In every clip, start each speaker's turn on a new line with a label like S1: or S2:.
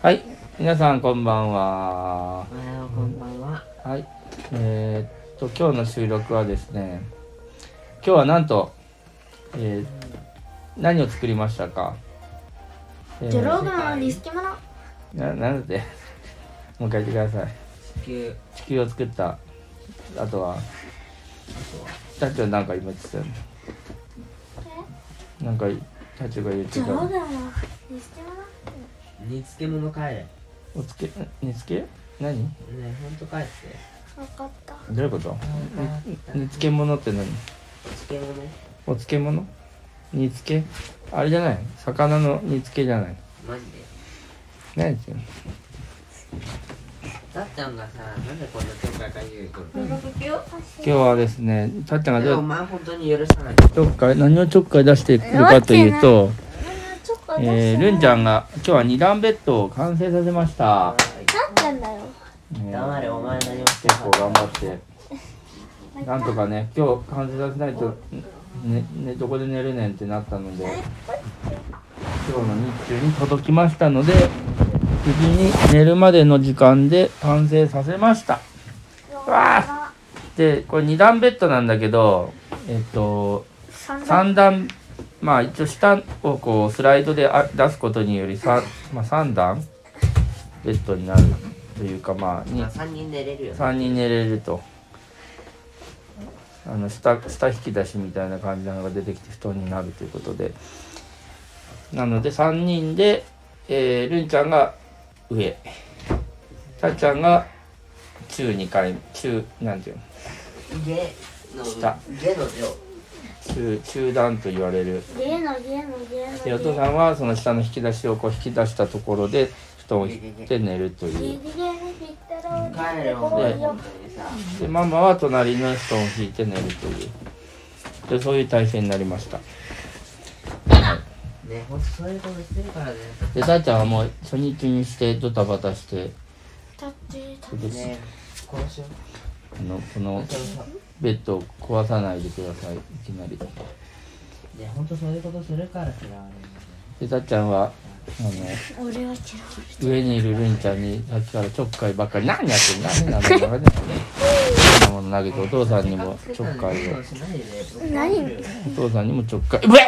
S1: はい、皆さんこんばんは。
S2: おはようこんばんは。
S1: はい、えーっと今日の収録はですね、今日はなんと、えー何を作りましたか。えー
S3: ジョローガンのリスキモノ
S1: ななんだってもう一回言ってください。
S2: 地球
S1: 地球を作った。あとは、タチョなんか今言ってたよね。なんかタチョが言って
S3: ジ
S1: た
S3: ョ。ローガンのリスキモノ
S2: 煮漬物帰れ。ね
S1: おつけ、煮つけ？何？
S2: え、ほんと帰って。
S3: 分かった
S1: どういうこと？煮漬物って何？
S2: 漬物
S1: お漬物煮付けあれじゃない魚の煮付けじゃない
S2: マジで。
S1: 何ですよ
S2: たっちゃんがさ、なんでこんな今日から言うの
S1: 今日はですねたっちゃんが
S2: でもお
S1: ど
S2: 前ほんとに許さないの。
S1: ちょっかい何をちょっかい出してくるかというと、
S3: ちょっと
S1: えー、ルンちゃんが今日は二段ベッドを完成させました、
S3: なんてんだよ
S1: ね
S2: 黙れ、お前何もして
S1: 結
S2: ない。
S1: 構頑張ってなんとかね今日完成させないと、ねね、どこで寝るねんってなったので今日の日中に届きましたので無事に寝るまでの時間で完成させましたわでこれ2段ベッドなんだけどえっと3
S3: 三段
S1: 段まあ一応下をこうスライドであ出すことにより 3,、まあ、3段ベッドになるというかまあに
S2: まあ、3人寝れるよね。
S1: 3人寝れるとあの下下引き出しみたいな感じなのが出てきて布団になるということでなので3人で、えー、るんちゃんが上たっちゃんが中2回中なんていうの
S2: ゲの、
S1: 下
S2: ゲの量。
S1: 中中段と言われる
S3: ゲーのゲーのゲーのゲ
S1: で
S3: ー
S1: お父さんはその下の引き出しをこう引き出したところで布団を引いて寝ると
S3: ゲ
S1: い
S3: ー
S1: う
S3: ゲーゲーにぴったろう
S2: 帰れ、お前ほんとにさ。
S1: でママは隣の布団を引いて寝るというでそういう体制になりました
S2: ねえ、ほんとそういうことしてるからね。
S1: でたっちゃんはもう初日にしてドタバタして
S3: だってた
S1: で
S2: ねえ、殺しよう。
S1: あのこの
S2: 本当にさ
S1: ベッドを壊さないでくださいいきなり
S2: ねえ、ほんとそういうことするからさ。
S1: でたっちゃんはあの
S3: 俺は違う
S1: 上にいるるんちゃんにさっきからちょっかいばっかり何やってんの何なの何なの変なもの投げてお父さんにもちょっかいを
S3: 何大丈
S1: お父さんにもちょっかいうわっ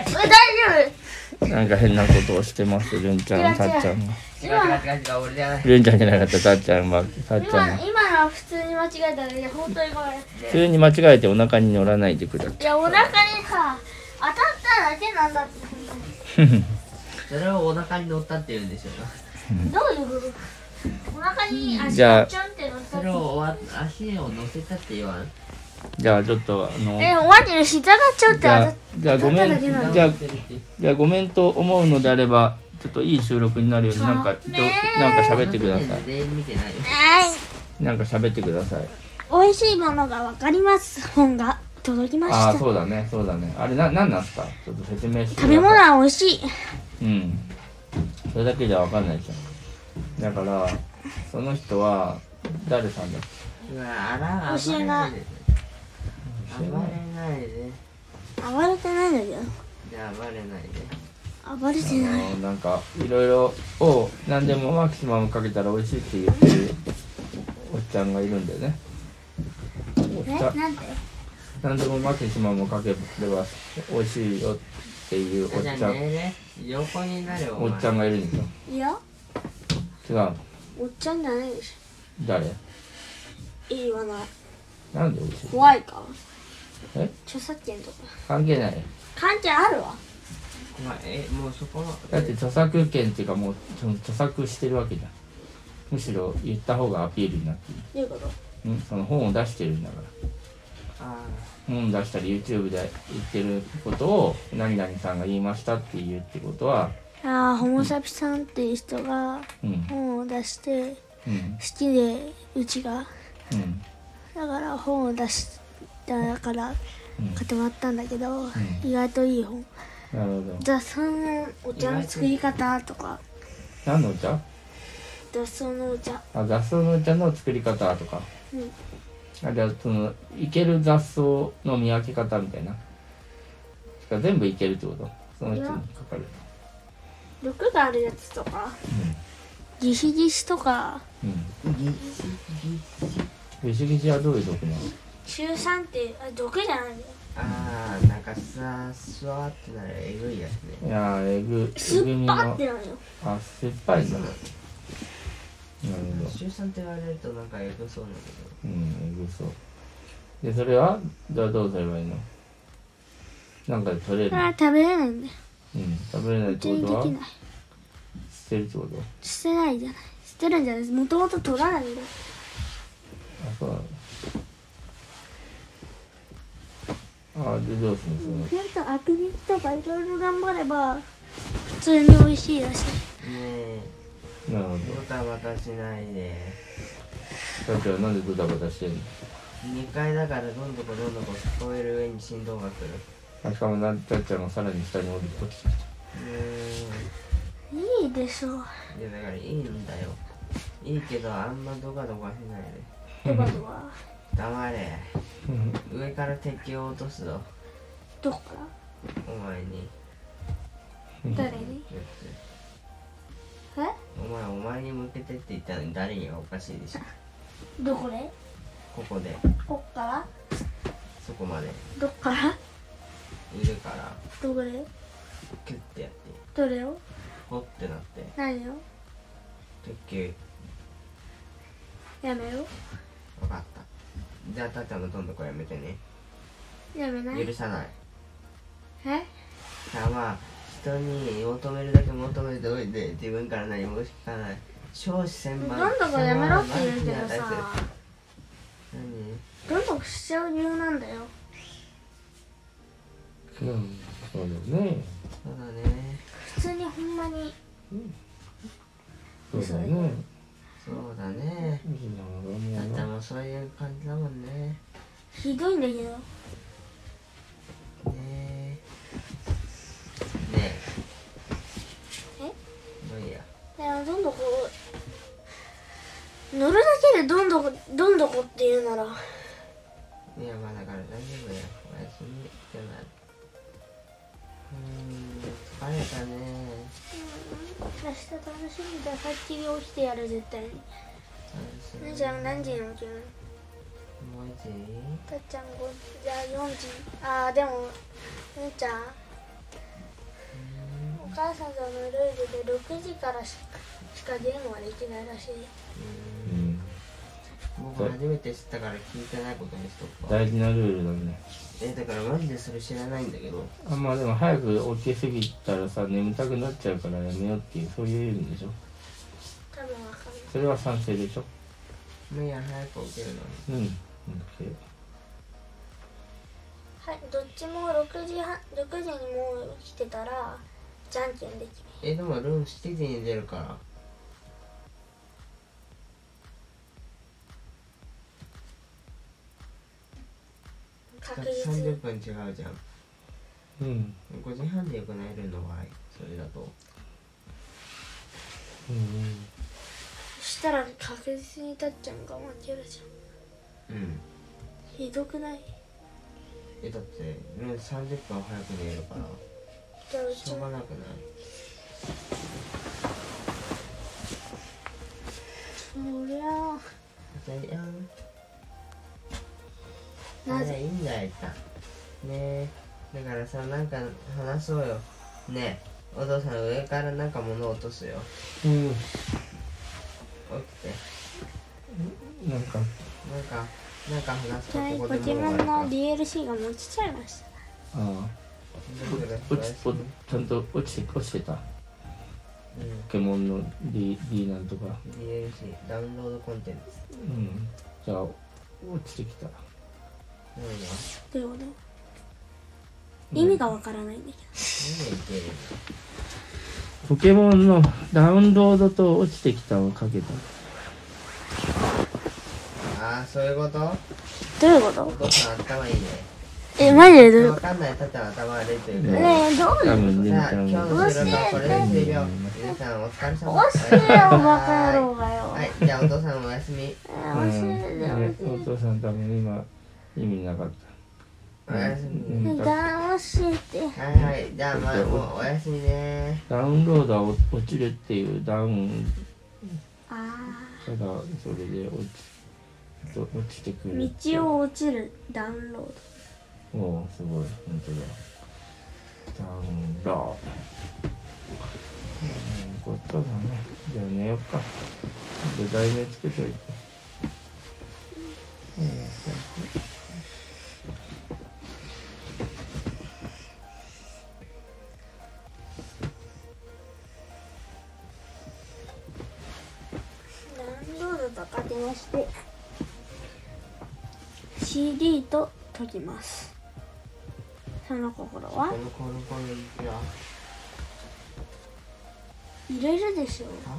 S3: 夫
S1: なんか変なことをしてまするんちゃんたっちゃ
S2: 違う
S1: んが
S2: 違う違う、俺じゃない。
S1: るんちゃんじゃなかったたっちゃんはたっち
S3: 今
S1: ゃん
S3: の
S1: が
S3: 今のは普通に間違えただけで本当にごめんい
S1: 普通に間違えてお腹に乗らないでください
S3: やお腹にさ当たっただけなんだって
S2: それをお腹に乗ったって言うんでしょ。
S3: どういうことお腹に足
S1: じゃあ
S3: がちょんって乗った
S2: それをおわ足を乗せたって言わん
S1: じゃあちょっとあの
S3: え、マジで膝がちょっと当
S1: じ
S3: た
S1: ゃ
S3: っ
S1: あじゃあごめんじゃあ
S2: ってるって
S1: じゃあごめんと思うのであればちょっといい収録になるようになんかど
S3: ねえ
S1: なんか喋ってくださ
S2: 全員見てないよ
S1: いなんか喋ってください
S3: 美味しいものがわかります本が届きま
S1: ああ
S3: し
S1: ー
S3: た
S1: そうだねそうだねあれななんなんすかちょっと説明して
S3: 食べ物は美味しい
S1: うんそれだけじゃわかんないじゃんだからその人は誰さんだっ
S2: うわあら
S3: お尻が
S2: 暴れ
S1: け
S2: ないで
S3: 暴れてないんだけ
S2: じゃあ暴れないで
S3: ど暴れて
S1: あ
S3: ない
S1: のなんかいろいろを何でもマキシマムかけたら美味しいって言ってるおっちゃんがいるんだよねおっ
S3: え
S1: ちゃん
S3: なんて
S1: 何でもマキシマムかければ美味しいよっていうおっ
S2: じゃあ
S1: ちゃん
S2: 寝れ横になれお
S1: お
S2: 前
S1: っちゃんがいるんですよ
S3: いや
S1: 違うの
S3: おっちゃんじゃないでし
S1: 誰
S3: ょ言わない
S1: なんで美味しい
S3: 怖いから
S1: え
S3: 著作権とか
S1: 関係ない
S3: 関係あるわ
S2: 怖いえもうそこの
S1: だって著作権っていうかもうその著作してるわけじゃんむしろ言った方がアピールになって
S3: どういうこと
S1: るんその本を出してるんだから
S2: あ
S1: 本出したり YouTube で言ってることを何々さんが言いましたって言うってことは
S3: ああホモサピさんっていう人が
S1: うん
S3: 本を出して
S1: うん
S3: 好きでうちが
S1: うん
S3: だから本を出したから
S1: うん
S3: 買ってもらったんだけど、意外といい本
S1: なるほど
S3: 雑草のお茶の作り方とか
S1: 何のお茶
S3: 雑草のお茶
S1: あ雑草のお茶の作り方とか
S3: うん
S1: あじゃあそのいける雑草の見分け方みたいなしか全部いけるってことその人にかかる
S3: 毒があるやつとか、ギシギシとか
S1: うんギシギシはどういう毒なの
S3: 週3ってあ毒じゃないよ
S2: あーなんかさスワーってなるえぐいやつね
S1: いやーえぐ
S3: 酸
S1: えぐみ
S3: っ
S1: の
S3: ぱっ
S1: あ
S3: てなるよ
S1: 酸っぱいんだなるほど
S2: 週3って言われるとなんかえぐそうだけど
S1: うんえぐそうでそれはじゃあどうすればいいのなんかで取れる
S3: あー食べれないんだよ
S1: うん食べれないっ
S3: 手
S1: て
S3: に
S1: こ
S3: で
S1: とは
S3: きない
S1: 捨てるってこと
S3: 捨てないじゃない捨てるんじゃないもともと取らないんだよ
S1: あそうなのあでどうするのその
S3: なんかアクビとかいろいろ頑張れば普通に美味しいらしい
S2: ね
S1: なるほ
S2: えバタバタしないで
S1: どさっきはなんでドタバタしてんの
S2: 2階だからどんどこどんどこ聞こえる上に振動が来る
S1: あしかもなんちゃっちゃんがさらに下に降りてきた
S2: う
S3: いいでしょう
S2: ーんいやだからいいんだよいいけどあんまドカドカしないで
S3: ドバドバ
S2: 黙れ上から敵を落とすぞ
S3: どこか
S2: お前に
S3: ら誰に
S2: 言って
S3: え
S2: お前お前に向けてって言ったのに誰にはおかしいでしょ
S3: どこで
S2: ここで
S3: こっから
S2: そこまで
S3: どっから
S2: 腕から
S3: どこで
S2: キュッてやって
S3: どれを
S2: ほってなって
S3: 何を
S2: 特急
S3: やめよ
S2: 分かったじゃあたっちゃんのどんどこやめてね
S3: うやめない
S2: 許さない
S3: え
S2: さあまあ人に求めるだけ求めておいて自分から何も聞かない少子千万
S3: どんどこやめろって言うけど
S2: 何
S3: さ
S2: 何
S3: どんどこしちゃう理由なんだよ
S1: うんそうだね
S2: そうだね
S3: 普通にほんまに
S1: そうだね
S2: そうだね
S1: いい
S2: た
S1: な
S2: っ
S1: もう
S2: ちゃんもそういう感じだもんね
S3: ひどいんだけど
S2: ねえねえ
S3: え
S2: まあいいや
S3: だからどんどこ乗るだけでどんどこどんどこって言うなら
S2: いやまあだから大丈夫だよおやすみじゃないうーん疲れたね
S3: 明日楽しみださっき起きてやる絶対に姉ちゃん何時に起きるの
S2: もう一
S3: たっちゃん5じゃあ4時ああでも姉ちゃんお母さんとのルールで6時からしかしかゲームはできないらしい
S1: うん
S2: 僕初めて知ったから聞いてないことにしとくわ
S1: 大事なルールだね
S2: えだからマジでそれ知らないんだけど
S1: あんまあでも早く起きすぎたらさ眠たくなっちゃうからやめようっていうそういう意味でしょ
S3: 多分わかんない
S1: それは賛成でしょ
S2: まあいいや早く起きるの
S1: うん OK
S3: はいどっちも6時半6時にもう起きてたらじゃんけんできる
S2: えでもルーム7時に出るから
S3: 確実に
S2: 30分違うじゃん
S1: うん
S2: 5時半でよくないルームの場合それだと
S1: うん
S3: そしたら確実にたっちゃんが負けるじゃん
S2: うん
S3: ひどくない
S2: えだってルーム30分早く寝るから
S3: じゃあう
S2: し
S3: ち
S2: ょう
S3: も
S2: がなくない
S3: そりゃ
S2: じゃあいやん
S3: なぜ
S2: いいんだよ一旦ねえだからさなんか話そうよねえお父さん上からなんか物落とすよ
S1: うん
S2: 起きて
S1: なんか
S2: なんかなんか話すと
S3: はい
S2: ここ
S3: ポ
S2: で
S3: ケ
S2: 物
S3: モン
S2: があ
S3: の
S2: るか
S3: DLC が持ちちゃいました
S1: あ
S2: どうする
S1: あ落ち落ちちゃんと落ちて落ちてたポケモンの D, D なんとか
S2: うん DLC ダウンロードコンテンツ
S1: うんじゃあ落ちてきた
S2: 何が
S3: ということ意味がわからないんだけど
S2: 何がいける
S1: ポケモンのダウンロードと落ちてきたをかけた
S2: ああそういうこと
S3: どういうこ
S2: お
S3: と
S2: 父さん頭いいね
S3: え、マジでどういう
S2: わ
S3: こ
S2: かんないたったら頭悪いという
S3: と
S2: か
S1: ね
S3: ねえ、どう
S1: 多
S3: なの
S1: 分ね
S2: さあ
S1: ちゃ
S2: 今
S1: ん
S2: 日
S1: が
S2: の収録はこれで終了皆さんお疲れ様でした
S3: 教えよ、バカ野郎がよ。
S2: はいじゃあお父さんおやすみ
S3: え
S1: うん
S3: 教えよ。
S1: ねお父さん多分今意味なかった
S2: おやすみ
S1: うん
S3: だ、教えて。
S2: はいはい、じゃあまあもうおやすみね
S1: ダウンロードは落ちるっていうダウン
S3: あ
S1: ただそれで落ち落ちてくる
S3: ー道を落ちるダウンロード
S1: おおすごい本当だダウンロードうんことだねじゃあ寝よっかで題名つけといて
S3: ダウンロードとか電話して CD と解きますその心は
S2: このコロコロいくら
S3: 入れるでしょ
S2: あ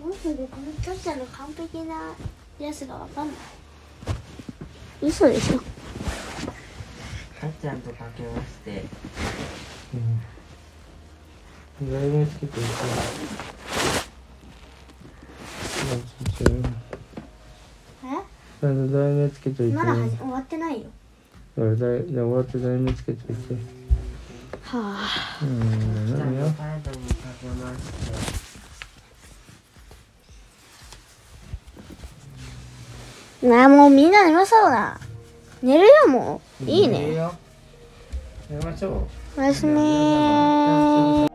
S3: なんでこのキャッチャーの完璧なやつがわかんない嘘でしょ
S2: かっちゃんとかけまして
S1: うん題名つけといていやちょっ
S3: え
S1: と題名つけといて
S3: まだはじ終わってないよ
S1: それでじゃあ終わって題名つけといて
S3: はあ
S1: うん
S2: ちゃんと
S1: 何よ
S2: カードにかけまして
S3: なあもうみんな眠そうだ寝るよもうい
S2: い
S3: い
S2: い
S3: ね
S2: よ
S1: やりましょう
S3: おやすみ